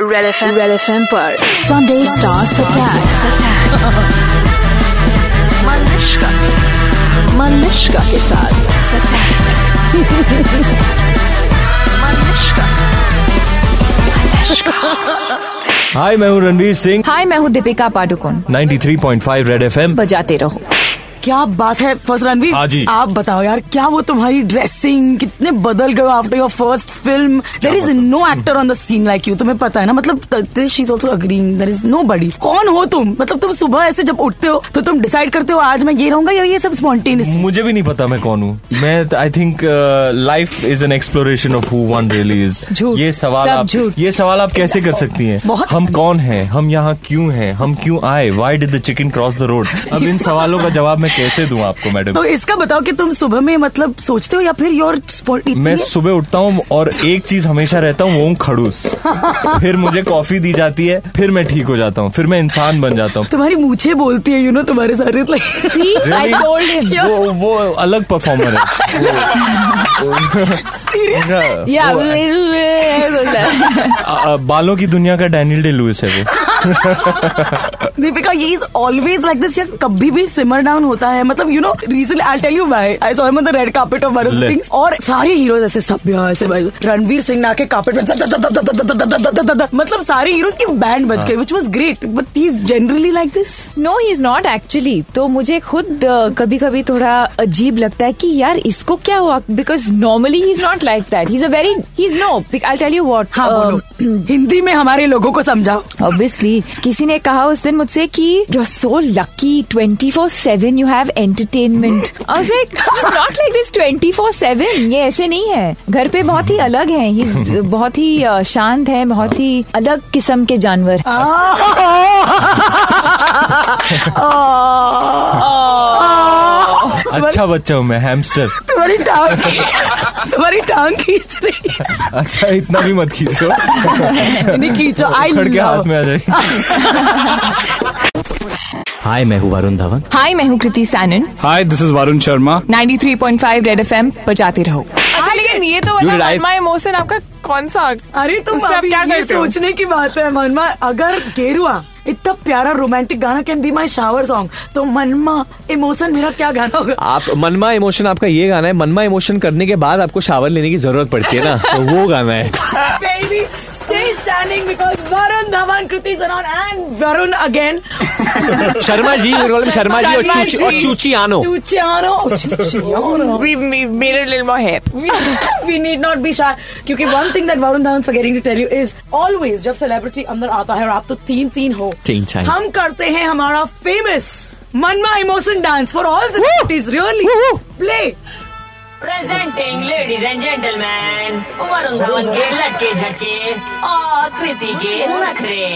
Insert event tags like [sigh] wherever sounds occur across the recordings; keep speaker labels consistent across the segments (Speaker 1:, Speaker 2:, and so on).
Speaker 1: Red F M red F M पर Sunday stars attack Manushka Manushka के साथ
Speaker 2: हाय मैं हूँ रणवीर सिंह
Speaker 1: हाय मैं हूँ दीपिका पाडुकोण
Speaker 2: 93.5 रेड एफएम
Speaker 1: बजाते रहो
Speaker 3: क्या बात है फर्स्ट रणवीर
Speaker 2: हाँ जी।
Speaker 3: आप बताओ यार क्या वो तुम्हारी ड्रेसिंग कितने बदल गए after your first film there is no actor on the scene like you तुम्हें पता है ना मतलब she is also agreeing there is nobody कौन हो तुम मतलब तुम सुबह ऐसे जब उठते हो तो तुम डिसाइड करते हो आज मैं ये रहूंगा या ये सब स्पॉन्टेनियस
Speaker 2: मुझे भी नहीं पता मैं कौन हूँ मैं uh, I think life is an exploration of who one really is
Speaker 1: झूठ।
Speaker 2: ये सवाल
Speaker 1: सब
Speaker 2: आप
Speaker 1: झूठ।
Speaker 2: ये सवाल आप कैसे कर सकती हैं
Speaker 3: बहुत
Speaker 2: हम कौन हैं हम यहाँ क्यों हैं हम क्यों आए why did the chicken cross the road अब इन सवालों का जवाब मैं कैसे दूं आपको मैडम
Speaker 3: तो इसका बताओ कि तुम सुबह में मतलब सोचते हो या फिर योर
Speaker 2: मैं
Speaker 3: स्पॉन्टेनियस
Speaker 2: सुबह उठता हूँ और एक चीज हमेशा रहता हूँ वो हूँ खड़ूस फिर मुझे कॉफी दी जाती है फिर मैं ठीक हो जाता हूँ फिर मैं इंसान बन जाता हूँ
Speaker 3: तुम्हारी मूछे बोलती है यू नो तुम्हारे सारे like-
Speaker 2: Really? वो वो अलग परफॉर्मर है
Speaker 3: Serious?
Speaker 2: उनका- वो-
Speaker 4: [laughs]
Speaker 2: अ- अ, बालों की दुनिया का डैनियल डे लुइस है वो
Speaker 3: दीपिका ये इज ऑलवेज लाइक दिस या कभी भी सिमर डाउन होता है मतलब you know reason I tell you my I saw the red carpet of Bharat
Speaker 2: ले।
Speaker 3: थिंग्स और सारे हीरोज ऐसे सभ्य ऐसे भाई रणवीर सिंह ना के कार्पेट पर मतलब सारे हीरोज की बैंड
Speaker 2: हाँ।
Speaker 3: बज गई which was great but he is generally like this
Speaker 5: no he is not actually तो मुझे खुद कभी कभी थोड़ा अजीब लगता है कि यार इसको क्या हुआ because normally he is not like that he is a very he is no I tell you what
Speaker 3: हाँ बोलो हिंदी में हमारे लोगों को
Speaker 2: [laughs]
Speaker 3: समझाओ
Speaker 5: ऑब्वियसली किसी ने कहा उस दिन मुझसे कि you are so lucky twenty four seven you have entertainment not like this twenty four seven ये ऐसे नहीं है घर पे बहुत ही अलग है ही बहुत ही अ, शांत है बहुत ही अलग किस्म के जानवर हैं।
Speaker 3: [laughs]
Speaker 2: अच्छा बच्चा हूँ मैं हैमस्टर
Speaker 3: तुम्हारी टांग तुम्हारी टांग [laughs] खींच रही है
Speaker 2: अच्छा इतना भी मत खींचो
Speaker 3: नहीं खींचो आई
Speaker 2: खड़ के हाथ में आ जाएगी
Speaker 6: हाय मैं हूँ वरुण धवन
Speaker 5: हाय मैं हूँ Kriti Sanon
Speaker 7: Hi, this is Varun Sharma.
Speaker 5: 93.5 red FM बजाते रहो हाँ,
Speaker 4: अच्छा लेकिन ये तो
Speaker 5: मतलब
Speaker 6: You
Speaker 4: बताओ
Speaker 6: did, I-
Speaker 4: माई इमोशन आपका कौन सा
Speaker 3: अरे तुम
Speaker 4: उसमें आप
Speaker 3: अभी
Speaker 4: क्या
Speaker 3: ये
Speaker 4: करते हो?
Speaker 3: सोचने की बात है मनमा अगर गेरुआ इतना प्यारा रोमांटिक गाना can be my shower song तो मनमा इमोशन मेरा क्या गाना होगा
Speaker 6: आप मनमा इमोशन आपका ये गाना है मनमा इमोशन करने के बाद आपको शावर लेने की जरूरत पड़ती
Speaker 2: [laughs]
Speaker 6: है ना तो वो गाना है
Speaker 3: Baby, stay standing because Varun Dhawan, Kriti Sanon and Varun again.
Speaker 6: Sharma ji मेरे वाले में शर्मा जी और
Speaker 4: शर्मा
Speaker 6: चूची और
Speaker 4: जी।
Speaker 6: चूची आनो
Speaker 3: Chuchiano. Chuchiano.
Speaker 4: we we made a little more hair.
Speaker 3: We need not be shy क्योंकि one thing that Varun Dhawan is forgetting to tell you is always जब celebrity अंदर आता है और आप तो तीन तीन हो
Speaker 6: तीन चाहिए।
Speaker 3: हम करते हैं हमारा famous Manma emotion dance for all दिटीज really play
Speaker 8: presenting ladies and gentleman Varun Dhawan के लटके झटके और कृति के नखरे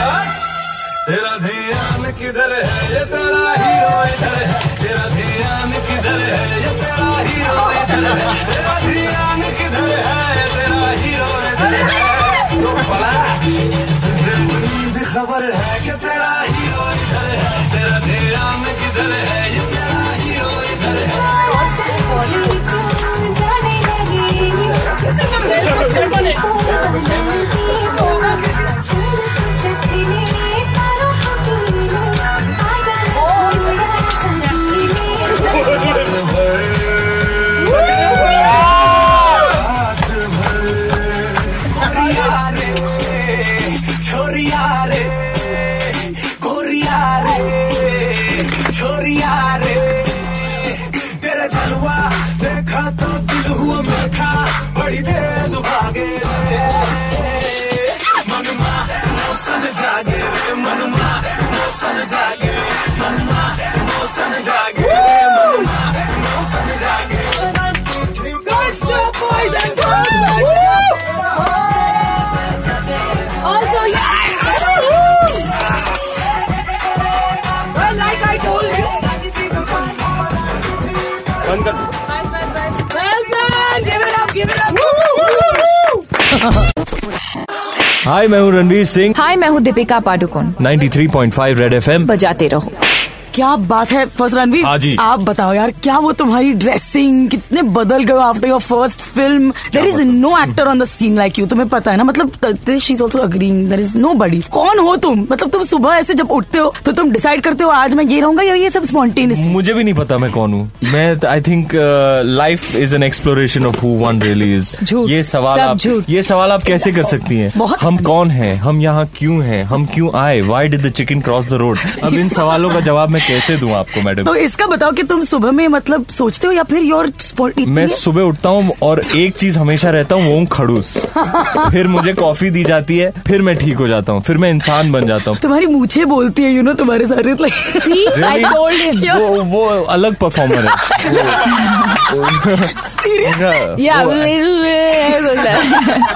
Speaker 9: तेरा ध्यान किधर है ये तेरा हीरो इधर है तेरा ध्यान किधर है ये तेरा हीरो इधर है तेरा ध्यान किधर है ये तेरा हीरो इधर है तो पला तुझे बुरी खबर है कि तेरा हीरो इधर है तेरा ध्यान किधर है ये तेरा हीरो इधर है छोरिया रे गोरिया रे छोरिया रे तेरा जलवा देखा तो दिल हुआ मेखा बड़ी तेज भागे रे मनमा मौसन जागे रे मनमा मौसन जागे मनमा मौसन जागे रे मनमा मौसन जागे
Speaker 3: Good job, boys and girls. Also, yes. Well, like I told you. Well done. Give it up. Give it up.
Speaker 2: हाय मैं हूँ रणवीर सिंह
Speaker 5: हाय मैं हूँ दीपिका पाडुकोण
Speaker 2: 93.5 रेड एफएम
Speaker 5: बजाते रहो
Speaker 3: क्या बात है फर्स्ट रणवीर
Speaker 2: हाँ जी।
Speaker 3: आप बताओ यार क्या वो तुम्हारी ड्रेसिंग कितने बदल गए after your first film there is no actor on the scene like you तुम्हें पता है ना मतलब she is also agreeing there is nobody कौन हो तुम मतलब तुम सुबह ऐसे जब उठते हो तो तुम डिसाइड करते हो आज मैं ये रहूंगा या ये सब स्पॉन्टेनियस
Speaker 2: मुझे भी नहीं पता मैं कौन हूँ मैं uh, I think life is an exploration of who one really is
Speaker 5: झूठ।
Speaker 2: ये सवाल
Speaker 5: सब
Speaker 2: आप
Speaker 5: झूठ।
Speaker 2: ये सवाल आप कैसे कर सकती हैं
Speaker 3: बहुत-
Speaker 2: हम कौन हैं हम यहाँ क्यों हैं हम क्यों आए why did the chicken cross the road अब इन सवालों का जवाब मैं कैसे दूं आपको मैडम
Speaker 3: तो इसका बताओ कि तुम सुबह में मतलब सोचते हो या फिर योर
Speaker 2: मैं
Speaker 3: स्पॉन्टेनियस
Speaker 2: सुबह उठता हूँ और एक चीज हमेशा रहता हूँ वो खड़ूस फिर मुझे कॉफी दी जाती है फिर मैं ठीक हो जाता हूँ फिर मैं इंसान बन जाता हूँ
Speaker 3: तुम्हारी मूछे बोलती है यू नो तुम्हारे सारे like-
Speaker 5: See, I told him.
Speaker 3: Yeah.
Speaker 2: वो वो अलग परफॉर्मर है
Speaker 5: [laughs]
Speaker 3: Serious?
Speaker 2: उनका-
Speaker 5: Yeah,
Speaker 7: Oh,
Speaker 2: वो-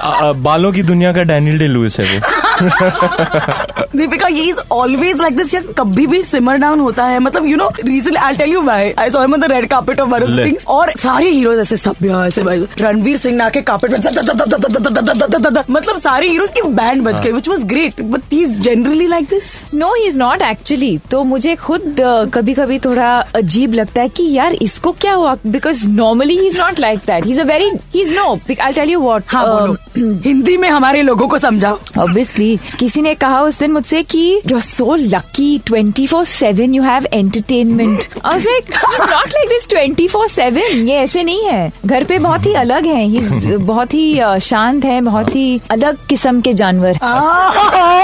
Speaker 5: [laughs]
Speaker 2: अ- अ- बालों की दुनिया का डैनियल डे लुइस है वो
Speaker 3: दीपिका ये इज ऑलवेज लाइक दिस यार कभी भी सिमर डाउन होता है मतलब you know reason I tell you why I saw him on the red carpet of
Speaker 2: ले।
Speaker 3: थिंग्स और सारे हीरोज ऐसे सब यहाँ ऐसे भाई रणवीर सिंह ना के कार्पेट में दद- दद- दद- दद- दद- दद- दद- दद- मतलब सारे हीरोज की बैंड
Speaker 2: हाँ।
Speaker 3: बज गई which was great but he is generally like this
Speaker 5: no he is not actually तो मुझे खुद कभी कभी थोड़ा अजीब लगता है कि यार इसको क्या हुआ because normally he is not like that he is a very he is no I tell you what
Speaker 3: हाँ बोलो हिंदी में हमारे लोगों को समझाओ
Speaker 5: ऑब्वियसली किसी ने कहा उस दिन मुझसे कि you are so lucky twenty four seven you have entertainment not like this twenty four seven ये ऐसे नहीं है घर पे बहुत ही अलग है He's बहुत ही uh, शांत है बहुत ही अलग किस्म के जानवर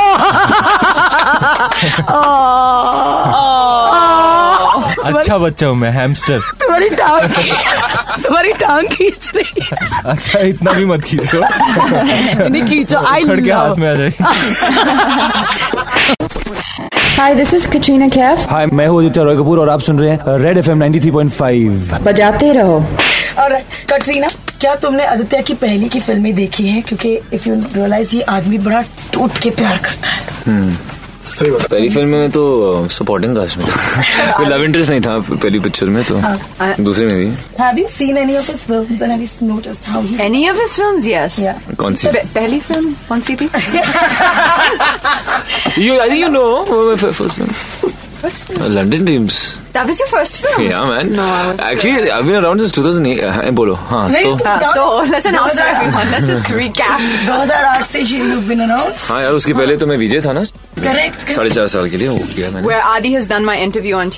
Speaker 2: [laughs] अच्छा बच्चा हूँ मैं हैमस्टर
Speaker 3: तुम्हारी टांग
Speaker 2: [laughs]
Speaker 3: तुम्हारी टांग खींच रही है
Speaker 2: अच्छा इतना भी मत खींचो
Speaker 6: [laughs]
Speaker 3: नहीं खींचो आई
Speaker 2: खड़ के हाथ
Speaker 3: लव
Speaker 2: में आ जाएगी
Speaker 7: hi this is Katrina Kaif
Speaker 6: hi मैं हूँ आदित्य रॉय कपूर और आप सुन रहे हैं रेड एफ एम 93.5
Speaker 7: बजाते रहो
Speaker 3: और कटरीना क्या तुमने आदित्य की पहली की फिल्में देखी हैं क्योंकि इफ यू रियलाइज ये आदमी बड़ा टूट के प्यार करता है
Speaker 10: पहली फिल्म में तो सपोर्टिंग कास्ट में
Speaker 11: [laughs]
Speaker 10: था। कोई लव इंटरेस्ट नहीं था पहली पिक्चर में तो
Speaker 11: हाँ,
Speaker 10: दूसरे में भी
Speaker 3: Have you seen any of his films and have you noticed how he?
Speaker 11: Any of his film yes
Speaker 3: Yeah.
Speaker 10: कौन सी
Speaker 11: पहली फिल्म कौन सी
Speaker 10: [laughs]
Speaker 11: थी
Speaker 10: you I you know first film London dreams
Speaker 11: that was your first film
Speaker 10: या man
Speaker 11: No, I was-
Speaker 10: actually I been around since 2008 हाँ, बोलो हाँ
Speaker 3: नहीं,
Speaker 10: तो
Speaker 3: तुम-
Speaker 11: So listen, also everyone, let's
Speaker 10: [laughs]
Speaker 11: just recap.
Speaker 3: 2008 से she you've been around.
Speaker 10: हाँ यार उसके पहले तो मैं विजय था ना
Speaker 3: Correct.
Speaker 10: साढ़े चार साल के लिए वो किया मैंने
Speaker 11: Where Adi has done my interview on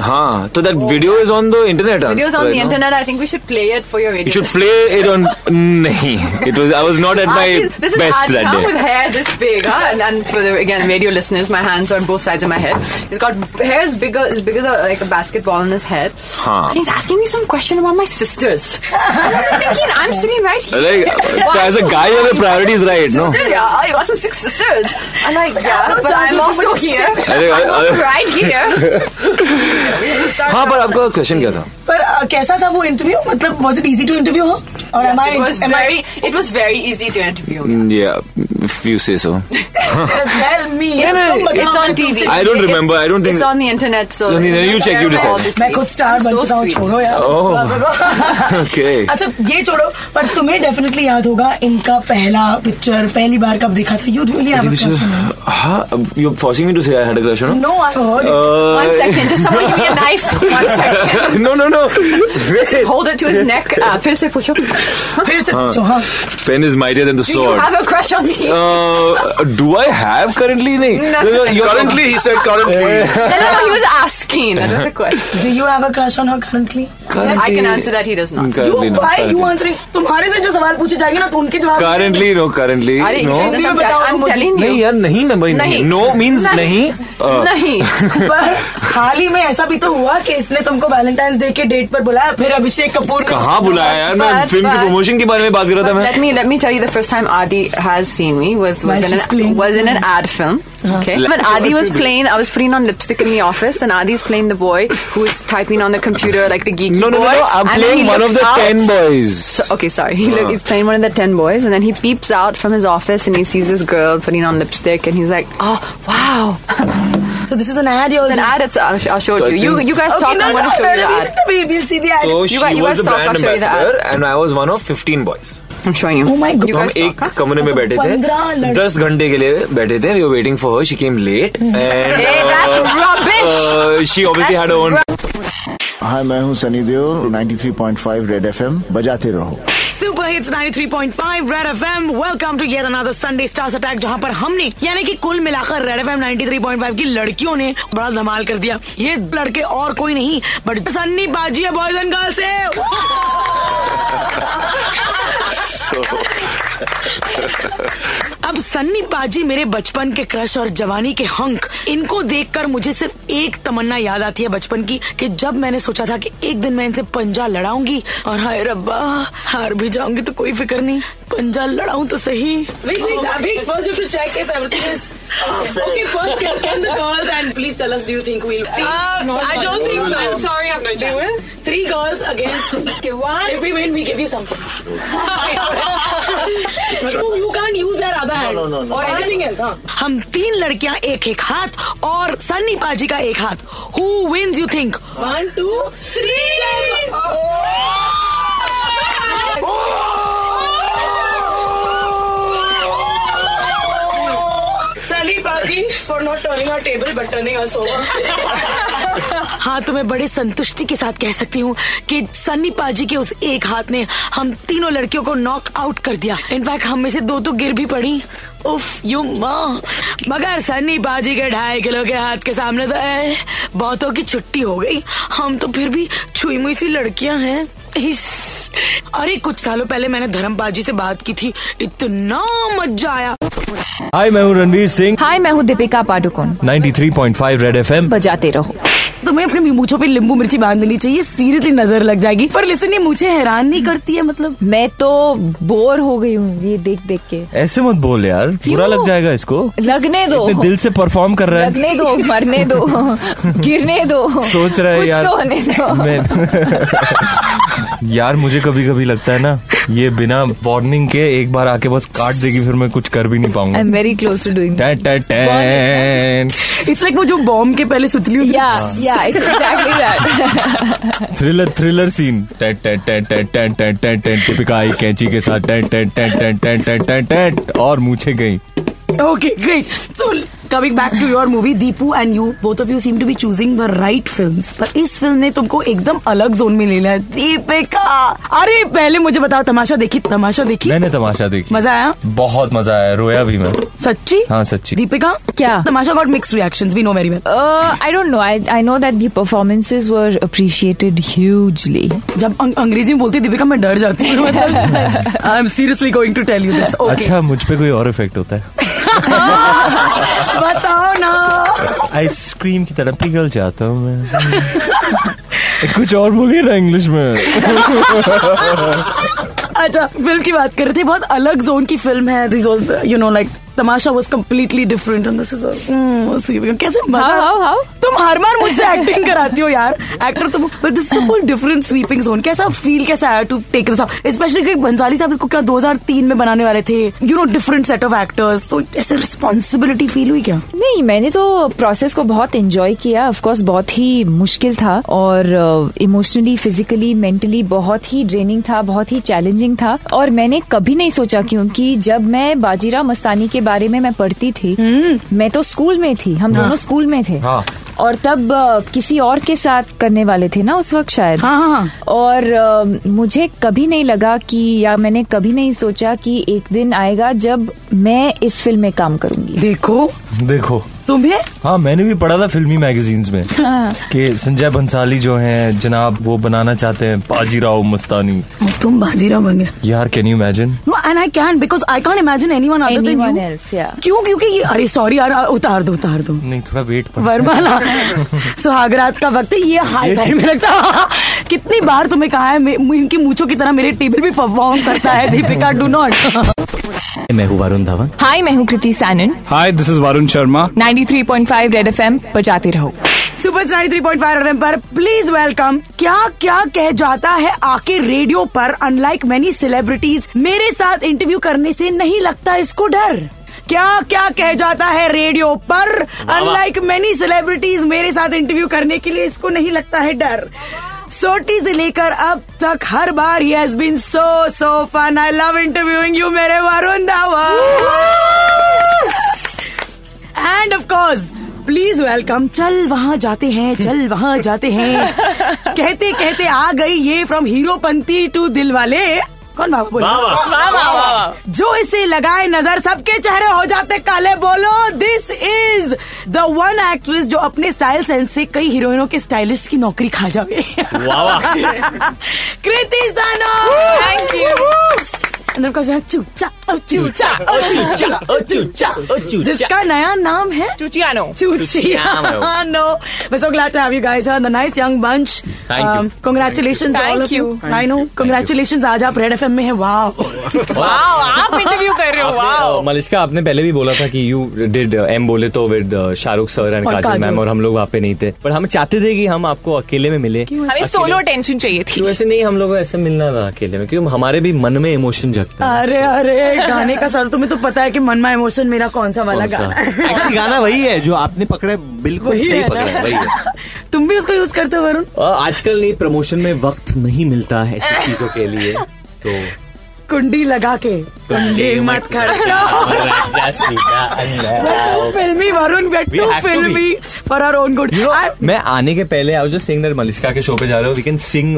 Speaker 10: हाँ तो that video is on the internet
Speaker 11: videos on the internet. I think we should play it for your
Speaker 10: You
Speaker 11: radio.
Speaker 10: should play it on. नहीं, it was. I was not at my
Speaker 11: Adi, this is
Speaker 10: best
Speaker 11: Adi
Speaker 10: that
Speaker 11: now with
Speaker 10: day.
Speaker 11: hair this big, huh? and, and for the again radio listeners, my hands are on both sides of my head. He's got hair as big as big as a, like a basketball on his head,
Speaker 10: Huh.
Speaker 11: and he's asking me some question about my sisters. and I'm thinking,
Speaker 10: [laughs]
Speaker 11: I'm sitting right here.
Speaker 10: Like,
Speaker 11: Why-
Speaker 10: as a guy, you have the priorities right, no?
Speaker 11: Sisters, yeah, I got some six sisters. I'm like, yeah, but I'm also here.
Speaker 10: [laughs] think I-
Speaker 11: I'm also [laughs] right here.
Speaker 10: [laughs] हाँ पर आपका question क्या था
Speaker 3: पर uh, कैसा था वो interview मतलब was it easy to interview her? Or am I?
Speaker 11: It was
Speaker 3: am I-
Speaker 11: very, it was very easy to interview.
Speaker 10: Mm, Yeah, if you say so.
Speaker 3: Tell me. तुम बताओ
Speaker 11: It's on
Speaker 3: मैं
Speaker 11: TV.
Speaker 10: I don't remember. I don't think-
Speaker 11: it's on the internet. So
Speaker 10: No, no, no, you
Speaker 11: it's
Speaker 10: check, you
Speaker 11: there for all
Speaker 10: decide.
Speaker 11: to
Speaker 3: तुमसे- मैं
Speaker 11: see.
Speaker 3: खुद star बन
Speaker 11: So
Speaker 3: चुका हूँ
Speaker 11: sweet.
Speaker 3: छोड़ो यार
Speaker 10: Oh. Okay.
Speaker 3: अच्छा ये छोड़ो पर तुम्हें डेफिनेटली याद होगा इनका पहला पिक्चर पहली बार कब देखा था यू रियली हैव
Speaker 10: [laughs] हाँ you're forcing me to say I had a crush on him.
Speaker 3: No I heard
Speaker 10: Uh,
Speaker 11: One second, just someone give me a
Speaker 10: [laughs]
Speaker 11: knife. One second.
Speaker 10: no no
Speaker 11: [laughs]
Speaker 10: no.
Speaker 11: Hold it to his neck. Uh, फिर से पूछो.
Speaker 3: फिर से पूछो हाँ
Speaker 10: Pen is mightier than the
Speaker 11: Do you
Speaker 10: sword.
Speaker 11: have a crush on me? No,
Speaker 10: Uh, do I have currently? नहीं.
Speaker 11: [laughs] No.
Speaker 10: currently he said [laughs] currently.
Speaker 11: no, no. He was asking. That was a question.
Speaker 3: Do you have a crush on her currently
Speaker 11: I can answer that. He does not.
Speaker 10: Currently no.
Speaker 3: Why you answering तुम्हारे से जो सवाल पूछे जाएंगे ना तो उनके जवाब
Speaker 10: Currently no. Currently
Speaker 11: अरे
Speaker 10: no.
Speaker 11: ये
Speaker 3: हिंदी में
Speaker 11: सब
Speaker 3: बताओ
Speaker 11: I'm
Speaker 3: मुझे।
Speaker 11: telling
Speaker 10: नहीं
Speaker 11: you.
Speaker 10: यार नहीं मेमोरी
Speaker 11: नहीं।
Speaker 10: नहीं नो मीन्स नहीं
Speaker 11: नहीं।
Speaker 10: Uh,
Speaker 11: नहीं.
Speaker 3: पर हाल ही में ऐसा भी तो हुआ कि इसने तुमको वैलेंटाइन डे के डेट पर बुलाया फिर अभिषेक कपूर ने-
Speaker 10: कहाँ बुलाया हाँ, यार मैं
Speaker 11: But-
Speaker 10: फिल्म की
Speaker 11: but-
Speaker 10: प्रमोशन के बारे में बात कर रहा था
Speaker 11: But
Speaker 10: मैं
Speaker 11: let me let me tell you the first time Adi has seen me was
Speaker 3: While
Speaker 11: was
Speaker 3: she's
Speaker 11: in an,
Speaker 3: playing. Uh-huh.
Speaker 11: was in an ad film. Okay, when Adi was playing, I was putting on lipstick in the office, and Adi's playing the boy who is typing on the computer like the geeky
Speaker 10: No, no,
Speaker 11: boy.
Speaker 10: no, no. I'm
Speaker 11: and then
Speaker 10: playing
Speaker 11: he
Speaker 10: one of
Speaker 11: looks
Speaker 10: the
Speaker 11: out.
Speaker 10: ten boys. Uh-huh.
Speaker 11: So- okay, sorry. He look, he's playing one of the ten boys, and then he peeps out from his office and he sees this girl putting on lipstick, and he's like, "Oh, wow!"
Speaker 3: So this is an ad. You're
Speaker 11: It's an ad. It's I sh- I'll show it
Speaker 10: So I
Speaker 11: to you. You
Speaker 10: think-
Speaker 11: you guys
Speaker 3: Okay,
Speaker 11: talk.
Speaker 3: no,
Speaker 11: I'm gonna
Speaker 3: no,
Speaker 11: show you
Speaker 3: no,
Speaker 11: the
Speaker 3: leave
Speaker 11: ad.
Speaker 3: it to me. We'll see the ad.
Speaker 10: तो
Speaker 11: You guys-
Speaker 10: she
Speaker 11: you
Speaker 10: was
Speaker 11: guys
Speaker 10: the
Speaker 11: talk,
Speaker 10: brand
Speaker 11: I'll show you the
Speaker 10: ambassador and I was one of 15 boys
Speaker 11: I'm showing you.
Speaker 3: Oh my
Speaker 10: तो हम
Speaker 3: god.
Speaker 10: एक कमरे में बैठे
Speaker 3: पंद्रह
Speaker 10: थे
Speaker 3: लड़के।
Speaker 10: दस घंटे के लिए बैठे थे we waiting for her she came late
Speaker 11: [laughs] Hey, that's
Speaker 10: uh,
Speaker 11: rubbish.
Speaker 10: And she obviously had own
Speaker 12: hi मैं हूँ सनी देओल 93.5 रेड एफएम बजाते रहो
Speaker 3: super hits 93.5 red FM welcome to yet another Sunday stars attack जहां पर हमने यानी कि कुल मिलाकर रेड एफएम 93.5 की लड़कियों ने बड़ा धमाल कर दिया ये लड़के और कोई नहीं बट सन्नी बाजी है बॉयज एंड गर्ल्स से अब सन्नी पाजी मेरे बचपन के क्रश और जवानी के हंक इनको देखकर मुझे सिर्फ एक तमन्ना याद आती है बचपन की कि जब मैंने सोचा था कि एक दिन मैं इनसे पंजा लड़ाऊंगी और हाय रब्बा हार भी जाऊंगी तो कोई फिक्र नहीं पंजा लड़ाऊं तो सही Wait,
Speaker 4: Oh
Speaker 3: wait, Abhi, first you have to check if everything
Speaker 4: [laughs]
Speaker 3: is- Okay, first, can- can the girls and please tell us, do you think we'll-
Speaker 4: Uh, I don't think so. I'm sorry, I have no
Speaker 3: They will?
Speaker 4: chance.
Speaker 3: Three girls against- If we win, we give you something. No, you can't use that other hand.
Speaker 12: No, no, no, no.
Speaker 3: Or anything else, huh? हम तीन लड़कियां एक एक हाथ और सन्नी पाजी का एक हाथ who wins you think one two three
Speaker 12: Oh!
Speaker 3: Sunny पाजी for not turning our table but turning us over हाँ तो मैं बड़े संतुष्टि के साथ कह सकती हूँ कि सन्नी पाजी के उस एक हाथ ने हम तीनों लड़कियों को नॉक आउट कर दिया इनफैक्ट हम में से दो तो गिर भी पड़ी उफ यू माँ मगर सन्नी पाजी के ढाई किलो के हाथ के सामने तो ए, बहुतों की छुट्टी हो गई हम तो फिर भी छुई मुई सी लड़कियां हैं इस- अरे कुछ सालों पहले मैंने धर्म बाजी से बात की थी इतना मजा आया
Speaker 2: हाय मैं हूँ रणवीर सिंह
Speaker 5: हाय मैं हूँ दीपिका पाडुकोन
Speaker 2: 93.5 रेड एफएम
Speaker 5: बजाते रहो
Speaker 3: तुम्हें अपने मूछों पे नींबू मिर्ची बांध लेनी चाहिए सीरियसली नजर लग जाएगी पर लेकिन ये मुझे हैरान नहीं करती है मतलब
Speaker 5: मैं तो बोर हो गई हूँ ये देख देख के
Speaker 2: ऐसे मत बोल यार बुरा लग जाएगा इसको
Speaker 5: लगने दो
Speaker 2: इतने दिल से परफॉर्म कर रहा है
Speaker 5: लगने दो मरने
Speaker 2: [laughs]
Speaker 5: दो गिरने दो
Speaker 2: सोच रहा है
Speaker 5: कुछ
Speaker 2: यार
Speaker 5: तो होने दो
Speaker 2: मैं- यार मुझे कभी कभी लगता है ना ये बिना वार्निंग के एक बार आके बस काट देगी फिर मैं कुछ कर भी नहीं
Speaker 5: आई
Speaker 2: पाऊंगा
Speaker 5: am very close to doing
Speaker 2: टैन टैन टैन
Speaker 3: इट्स लाइक वो जो बॉम्ब के पहले सुतली होती है।
Speaker 5: या [laughs] या exactly that
Speaker 2: thriller thriller scene टैन टैन टैन टैन टैन टैन टैन टैन टिपिका आई कैंची के साथ टैन टैन टैन टैन टैन टैन टैन टैन और मूछे गई
Speaker 3: Okay, great. So coming back to your movie, Deepu and you, both of you seem to be choosing the right films. पर इस फिल्म ने तुमको एकदम अलग जोन में ले लिया है। दीपिका अरे पहले मुझे बताओ तमाशा देखी तमाशा देखी
Speaker 2: मैंने तमाशा देखी
Speaker 3: मजा आया
Speaker 2: बहुत मजा आया रोया भी मैं
Speaker 3: सच्ची
Speaker 2: हाँ सच्ची
Speaker 3: दीपिका
Speaker 5: क्या?
Speaker 3: Tamasha got mix reaction we know very well
Speaker 5: [laughs] Uh, I don't know. I, I know that the performances were appreciated hugely.
Speaker 3: जब अंग- अंग्रेजी में बोलती है दीपिका मैं डर जाती हूँ [laughs] मतलब, I am seriously going to tell you this
Speaker 2: अच्छा मुझ पे कोई और इफेक्ट होता है अच्छा।
Speaker 3: बताओ ना
Speaker 2: आइसक्रीम की तरह पिघल जाता हूँ मैं [laughs] कुछ और बोलिए ना इंग्लिश में
Speaker 3: अच्छा फिल्म की बात कर रहे थे बहुत अलग जोन की फिल्म है you know like Tamasha was completely different this is Hmm, कैसे मजा-
Speaker 5: How, how, how?
Speaker 3: तुम हर बार मुझसे एक्टिंग कराती हो यार एक्टर तुम but this is full different sweeping zone कैसा फील कैसा आया टू टेक दिस स्पेशली कि भंसाली साहब इसको क्या 2003 में बनाने वाले थे you know different set of actors तो ऐसे रिस्पॉन्सिबिलिटी फील हुई क्या
Speaker 5: नहीं मैंने तो प्रोसेस को बहुत एंजॉय किया ऑफ कोर्स बहुत ही मुश्किल था और uh, इमोशनली फिजिकली मेंटली बहुत ही ड्रेनिंग था बहुत ही चैलेंजिंग था और मैंने कभी नहीं सोचा क्योंकि जब मैं बाजीराव मस्तानी के बारे में मैं पढ़ती थी मैं तो स्कूल में थी हम दोनों स्कूल में थे
Speaker 2: हाँ।
Speaker 5: और तब अ, किसी और के साथ करने वाले थे ना उस वक्त शायद
Speaker 3: हाँ, हाँ, हाँ।
Speaker 5: और अ, मुझे कभी नहीं लगा कि या मैंने कभी नहीं सोचा कि एक दिन आएगा जब मैं इस फिल्म में काम करूंगी
Speaker 3: देखो
Speaker 2: देखो
Speaker 3: तुम्हें
Speaker 2: हाँ मैंने भी पढ़ा था फिल्मी मैगजीन्स में
Speaker 9: हाँ।
Speaker 2: कि संजय बंसाली जो हैं जनाब वो बनाना चाहते हैं बाजीराव मस्तानी
Speaker 3: और तुम बाजीराव बन गए
Speaker 2: यार can you imagine
Speaker 3: no and I can because I can imagine anyone other than
Speaker 5: Anyone
Speaker 3: you
Speaker 5: else, yeah.
Speaker 3: क्यों क्योंकि ये- अरे सॉरी यार उतार दो उतार दो
Speaker 2: नहीं थोड़ा वेट
Speaker 3: वरमाला सुहागरात का वक्त है ये हाई फाई में लगता है। कितनी बार तुम्हें कहा है मे- इनकी मूछों की तरह मेरे टेबल भी परफॉर्म करता है दीपिका डू नॉट
Speaker 6: मैं हूँ वरुण धवन
Speaker 4: Hi, मैं हूँ Kriti Sanon
Speaker 13: hi this is Varun Sharma
Speaker 4: 93.5 red FM बजाते रहो
Speaker 3: super star three point five पर प्लीज वेलकम क्या क्या कह जाता है आके रेडियो पर अनलाइक मेनी सेलिब्रिटीज मेरे साथ इंटरव्यू करने से नहीं लगता इसको डर क्या क्या कह जाता है रेडियो पर अनलाइक मेनी सेलिब्रिटीज मेरे साथ इंटरव्यू करने के लिए इसको नहीं लगता है डर सोटी से लेकर अब तक हर बार ही has been so so fun I love interviewing you मेरे Varun Dhawan and of course please welcome चल वहाँ जाते हैं चल वहाँ जाते हैं कहते कहते आ गई ये from Heropanti to Dilwale कौन बाबा
Speaker 14: वाह, वाह। वाह, वाह, वाह,
Speaker 3: बोलो जो इसे लगाए नजर सबके चेहरे हो जाते काले बोलो this is the one actress जो अपने स्टाइल सेंस से कई हीरोइनों के स्टाइलिस्ट की नौकरी खा जावे
Speaker 14: वाह, वाह।
Speaker 3: [laughs] कृति सानो थैंक यू चूचा ओ चूचा ओ चूचा ओ चूचा ओ
Speaker 14: चूचा।
Speaker 3: जिसका नया नाम है चूचियानो चूचियानो we're so glad to have you guys here the nice young bunch Um,
Speaker 14: Thank you.
Speaker 3: congratulations
Speaker 9: Thank
Speaker 3: all of
Speaker 9: you.
Speaker 3: you I know congratulations आज आप रेड एफएम में हैं वाओ
Speaker 9: वाओ आप इंटरव्यू कर रहे हो वाओ
Speaker 2: मलिश्का आपने पहले भी बोला था कि यू डिड एम बोले तो विद शाहरुख सर एंड
Speaker 9: और
Speaker 2: काजल
Speaker 9: काजल।
Speaker 2: मैम और हम लोग वहाँ पे नहीं थे पर हम चाहते थे कि हम आपको अकेले में मिले
Speaker 9: हमें सोलो अटेंशन चाहिए थी
Speaker 2: क्यों ऐसे नहीं हम लोग को ऐसे मिलना था अकेले में क्योंकि हमारे भी मन में इमोशन जगता
Speaker 3: अरे अरे गाने का सर तुम्हें तो पता है कि मन मा इमोशन मेरा कौन सा वाला गाना
Speaker 2: [laughs]
Speaker 3: है
Speaker 2: एक्चुअली तो गाना वही है जो आपने पकड़ा है, बिल्कुल
Speaker 3: वही
Speaker 2: सही
Speaker 3: है
Speaker 2: पकड़ा है,
Speaker 3: ना?
Speaker 2: वही है [laughs]
Speaker 3: तुम भी उसको यूज करते हो वरुण
Speaker 2: अ, आजकल नहीं प्रमोशन में वक्त नहीं मिलता है ऐसी चीजों के लिए तो
Speaker 3: कुंडी लगा के कुंडी मत खड़काओ
Speaker 2: [laughs]
Speaker 3: फिल्मी Varun get
Speaker 2: We
Speaker 3: to
Speaker 2: have to be.
Speaker 3: फिल्मी फॉर आवर ओन गुड
Speaker 2: मैं आने के पहले I was just saying that Malishka के शो पे जा रहे हो we can sing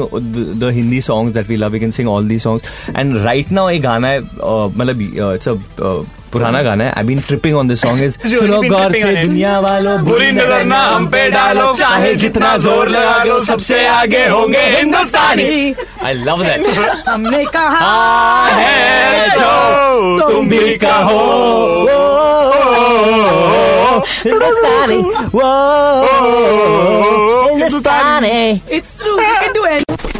Speaker 2: the Hindi song that we love we can sing all the songs and right now ये गाना है अ, मतलब इट्स अ पुराना गाना है I been tripping on this song
Speaker 14: [laughs]
Speaker 2: is
Speaker 14: Really been
Speaker 2: सुनो गौर
Speaker 14: tripping
Speaker 2: से
Speaker 14: on it.
Speaker 2: दुनिया वालों
Speaker 14: बुरी नजर ना हम पे डालो चाहे जितना जोर लगा लो सबसे आगे होंगे हिंदुस्तानी
Speaker 2: आई लव
Speaker 14: [laughs]
Speaker 2: दैट
Speaker 3: हमने कहा
Speaker 14: है जो तुम भी [laughs] कहो
Speaker 2: Hindustani
Speaker 14: Hindustani
Speaker 3: it's true you can do anything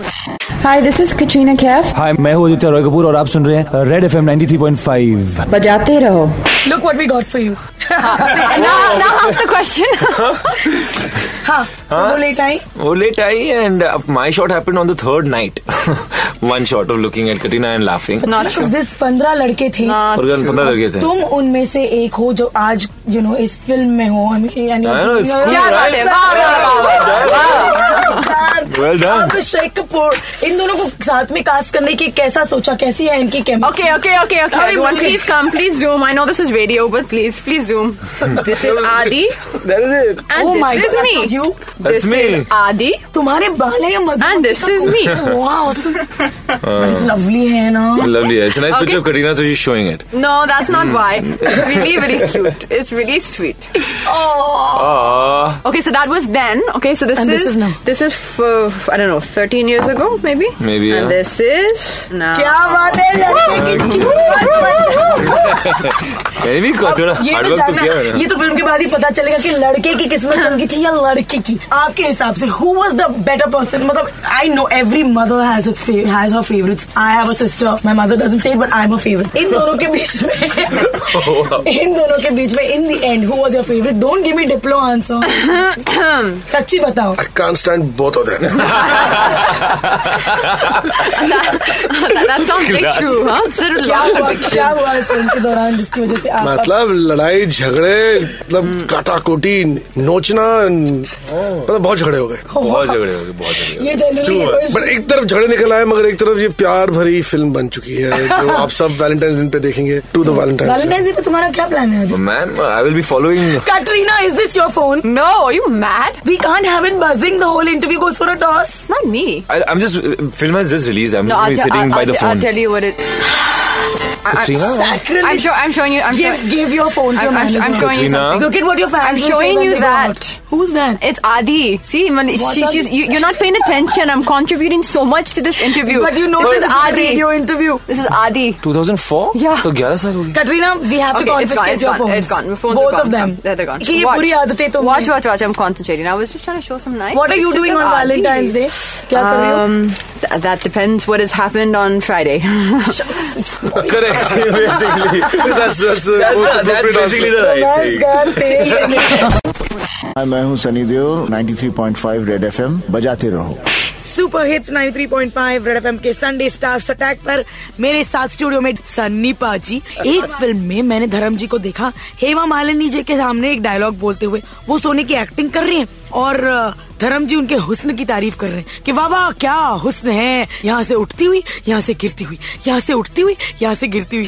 Speaker 15: Hi, this is Katrina Kaif.
Speaker 16: Hi मैं हूँ आदित्य रॉय कपूर और आप सुन रहे हैं red F M ninety three point five
Speaker 15: बजाते रहो
Speaker 3: look what we got for you
Speaker 11: now, now ask the question.
Speaker 3: हाँ वो लेट आई
Speaker 10: वो लेट आई uh, and my shot happened on the third [laughs] night one shot of looking at Katrina and laughing
Speaker 3: this पंद्रह लड़के थे
Speaker 11: अच्छा।
Speaker 10: Not 15 लड़के
Speaker 11: तो-
Speaker 10: थे।
Speaker 3: तुम उनमें से एक हो जो आज यू नो इस फिल्म में हो I mean, and
Speaker 10: I know, it's
Speaker 3: you're-
Speaker 10: cool,
Speaker 3: Yeah,
Speaker 10: right?
Speaker 3: that's- that's-
Speaker 10: Well
Speaker 3: that's- that's-
Speaker 10: Well done.
Speaker 3: Abhishek Kapoor इन दोनों को साथ में कास्ट करने की कैसा सोचा कैसी है इनकी chemistry
Speaker 11: Okay, okay, okay, okay.
Speaker 3: Sorry,
Speaker 11: Everyone,
Speaker 3: Mali.
Speaker 11: please come. Please zoom. I know this is radio, but please, please zoom.
Speaker 10: [laughs]
Speaker 11: This is Adi.
Speaker 10: That is it.
Speaker 11: And
Speaker 3: Oh
Speaker 11: this
Speaker 3: my God,
Speaker 11: is me.
Speaker 3: that's not you.
Speaker 10: That's
Speaker 11: this
Speaker 10: me.
Speaker 11: is Adi.
Speaker 3: तुम्हारे बाल है या मधु
Speaker 11: And this is
Speaker 3: [laughs]
Speaker 11: me.
Speaker 3: Wow
Speaker 10: Uh,
Speaker 3: lovely है ना
Speaker 10: Lovely. It's a nice
Speaker 11: Okay.
Speaker 10: picture of Katrina, so she's showing it.
Speaker 11: No, that's not why. It's really, really cute. It's really sweet. Oh.
Speaker 10: Aww.
Speaker 11: Okay, so that was then. Okay, so this
Speaker 3: And
Speaker 11: is
Speaker 3: this is now.
Speaker 11: this is f- I don't know, 13 years ago, maybe.
Speaker 10: Maybe,
Speaker 11: And
Speaker 10: yeah.
Speaker 11: this is now. [laughs]
Speaker 3: क्या बात है लड़के की क्यों
Speaker 10: मैंने भी थोड़ा
Speaker 3: ये
Speaker 10: hard
Speaker 3: तो
Speaker 10: work तो
Speaker 3: जानना
Speaker 10: किया मैंने।
Speaker 3: ये तो फिल्म के बाद ही पता चलेगा कि लड़के की किस्मत चमकी थी या लड़की की आपके हिसाब से who was the better person मतलब I know every mother has it's has her favourites I have a sister my mother doesn't say but I am a favourite इन दोनों के बीच में इन दोनों के बीच में इन the end who was your favourite don't give me diplo answer सच्ची बताओ
Speaker 17: can't stand both of them.
Speaker 11: that, that sounds big
Speaker 17: Class.
Speaker 11: true, huh? It's a
Speaker 3: क्या
Speaker 11: lot of
Speaker 3: हुआ
Speaker 11: big true.
Speaker 3: क्या हुआ इस फिल्म के दौरान जिसकी वजह से आप
Speaker 17: मतलब लड़ाई झगड़े मतलब काटाकोटी नोचना and- मतलब बहुत झगड़े हो गए
Speaker 10: बहुत झगड़े हो गए बहुत झगड़े
Speaker 3: ये जनरली
Speaker 17: पर एक तरफ झगड़े निकल आए मगर एक तरफ ये प्यार भरी फिल्म बन चुकी है जो आप सब वैलेंटाइन दिन पे देखेंगे to the Valentine
Speaker 3: Valentine Day पे तुम्हारा क्या प्लान है
Speaker 10: Man, I will be following.
Speaker 3: Katrina, is this your phone?
Speaker 11: No, are you mad?
Speaker 3: We can't have it buzzing. The whole interview goes for a toss.
Speaker 11: Not me.
Speaker 10: I, I'm just film has just released. I'm
Speaker 11: No,
Speaker 10: just
Speaker 11: I'll,
Speaker 10: gonna be
Speaker 11: te-
Speaker 10: sitting
Speaker 11: I'll,
Speaker 10: by
Speaker 11: I'll,
Speaker 10: the
Speaker 11: te-
Speaker 10: phone.
Speaker 11: I'll tell you what it. I,
Speaker 10: Katrina?
Speaker 11: I, I'm, show, I'm showing you. I'm
Speaker 3: give,
Speaker 11: showing.
Speaker 3: give your phone to
Speaker 11: I'm,
Speaker 3: your
Speaker 11: I'm,
Speaker 3: manager.
Speaker 11: I'm showing you
Speaker 10: Katrina?
Speaker 11: something.
Speaker 3: Look at what your
Speaker 11: I'm
Speaker 3: fans will say
Speaker 11: showing
Speaker 3: when
Speaker 11: you
Speaker 3: they go out.
Speaker 11: that.
Speaker 3: Who's that?
Speaker 11: It's Adi. See, man,
Speaker 3: What
Speaker 11: she,
Speaker 3: are
Speaker 11: she's,
Speaker 3: these-
Speaker 11: you, you're not paying attention. I'm contributing so much to this interview.
Speaker 3: But you know
Speaker 11: this,
Speaker 3: this
Speaker 11: is
Speaker 3: is a
Speaker 11: Adi.
Speaker 3: radio interview.
Speaker 11: This is Adi.
Speaker 10: 2004?
Speaker 11: Yeah.
Speaker 10: तो 11 साल
Speaker 17: [laughs]
Speaker 10: हो गए
Speaker 3: Katrina, we have to
Speaker 11: Okay, it's gone.
Speaker 3: confiscate
Speaker 11: It's
Speaker 3: your
Speaker 11: gone.
Speaker 3: phones.
Speaker 11: It's gone. My phones
Speaker 3: Both
Speaker 11: are gone.
Speaker 3: of them.
Speaker 11: They're, they're gone.
Speaker 3: कि ये पूरी आदतें
Speaker 11: Watch.
Speaker 3: तुमने-
Speaker 11: watch, watch, watch. I'm concentrating. I was just trying to show some nice.
Speaker 3: What are you
Speaker 11: pictures
Speaker 3: doing
Speaker 11: of
Speaker 3: on
Speaker 11: Adi.
Speaker 3: Valentine's Day? क्या कर रही हो?
Speaker 11: Um, th- that depends what has happened on Friday.
Speaker 17: [laughs]
Speaker 11: [laughs]
Speaker 10: Correct. Basically,
Speaker 17: That's- that's the most
Speaker 10: that's, the- that's
Speaker 17: appropriate
Speaker 10: basically the right
Speaker 3: Romance
Speaker 10: thing.
Speaker 3: करते हैं।
Speaker 18: हाय मैं हूँ Sunny Deol 93.5 red FM बजाते रहो
Speaker 3: सुपर हिट्स 93.5 रेड एफएम के संडे स्टार्स अटैक पर मेरे साथ स्टूडियो में सन्नी पाजी एक फिल्म में मैंने धर्म जी को देखा हेमा मालिनी जी के सामने एक डायलॉग बोलते हुए वो सोने की एक्टिंग कर रही हैं और अ, धर्म जी उनके हुस्न की तारीफ कर रहे हैं कि वाह वाह क्या हुस्न है यहाँ से उठती हुई यहाँ से गिरती हुई यहाँ से उठती हुई यहाँ से गिरती हुई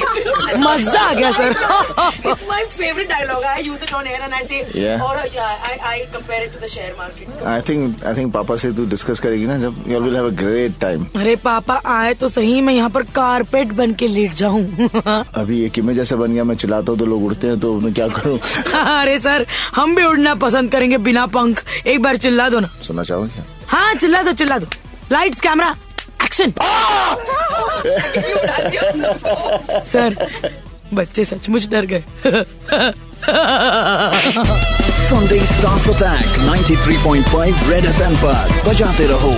Speaker 3: मजा आ गया sir
Speaker 19: It's my favorite dialogue. I use it on air and I say,
Speaker 11: Yeah.
Speaker 19: or uh, yeah, I, I compare it to the share market.
Speaker 11: I think I think पापा से तू डिस्कस करेगी ना जब you will have a great time
Speaker 3: अरे पापा आए तो सही मैं यहाँ पर कारपेट बन के लेट जाऊं [laughs]
Speaker 11: अभी एक इमेज ऐसा बन गया मैं चिल्लाता हूँ तो लोग उड़ते हैं तो मैं क्या करूँ
Speaker 3: अरे सर हम भी उड़ना पसंद करेंगे बिना पंख एक बार चिल्ला दो ना
Speaker 11: सुनना चाहोगे
Speaker 3: हाँ चिल्ला दो चिल्ला दो लाइट्स कैमरा एक्शन [laughs] सर बच्चे सचमुच डर गए [laughs]
Speaker 10: Sunday Stars Attack 93.5 Red FM पर बजाते रहो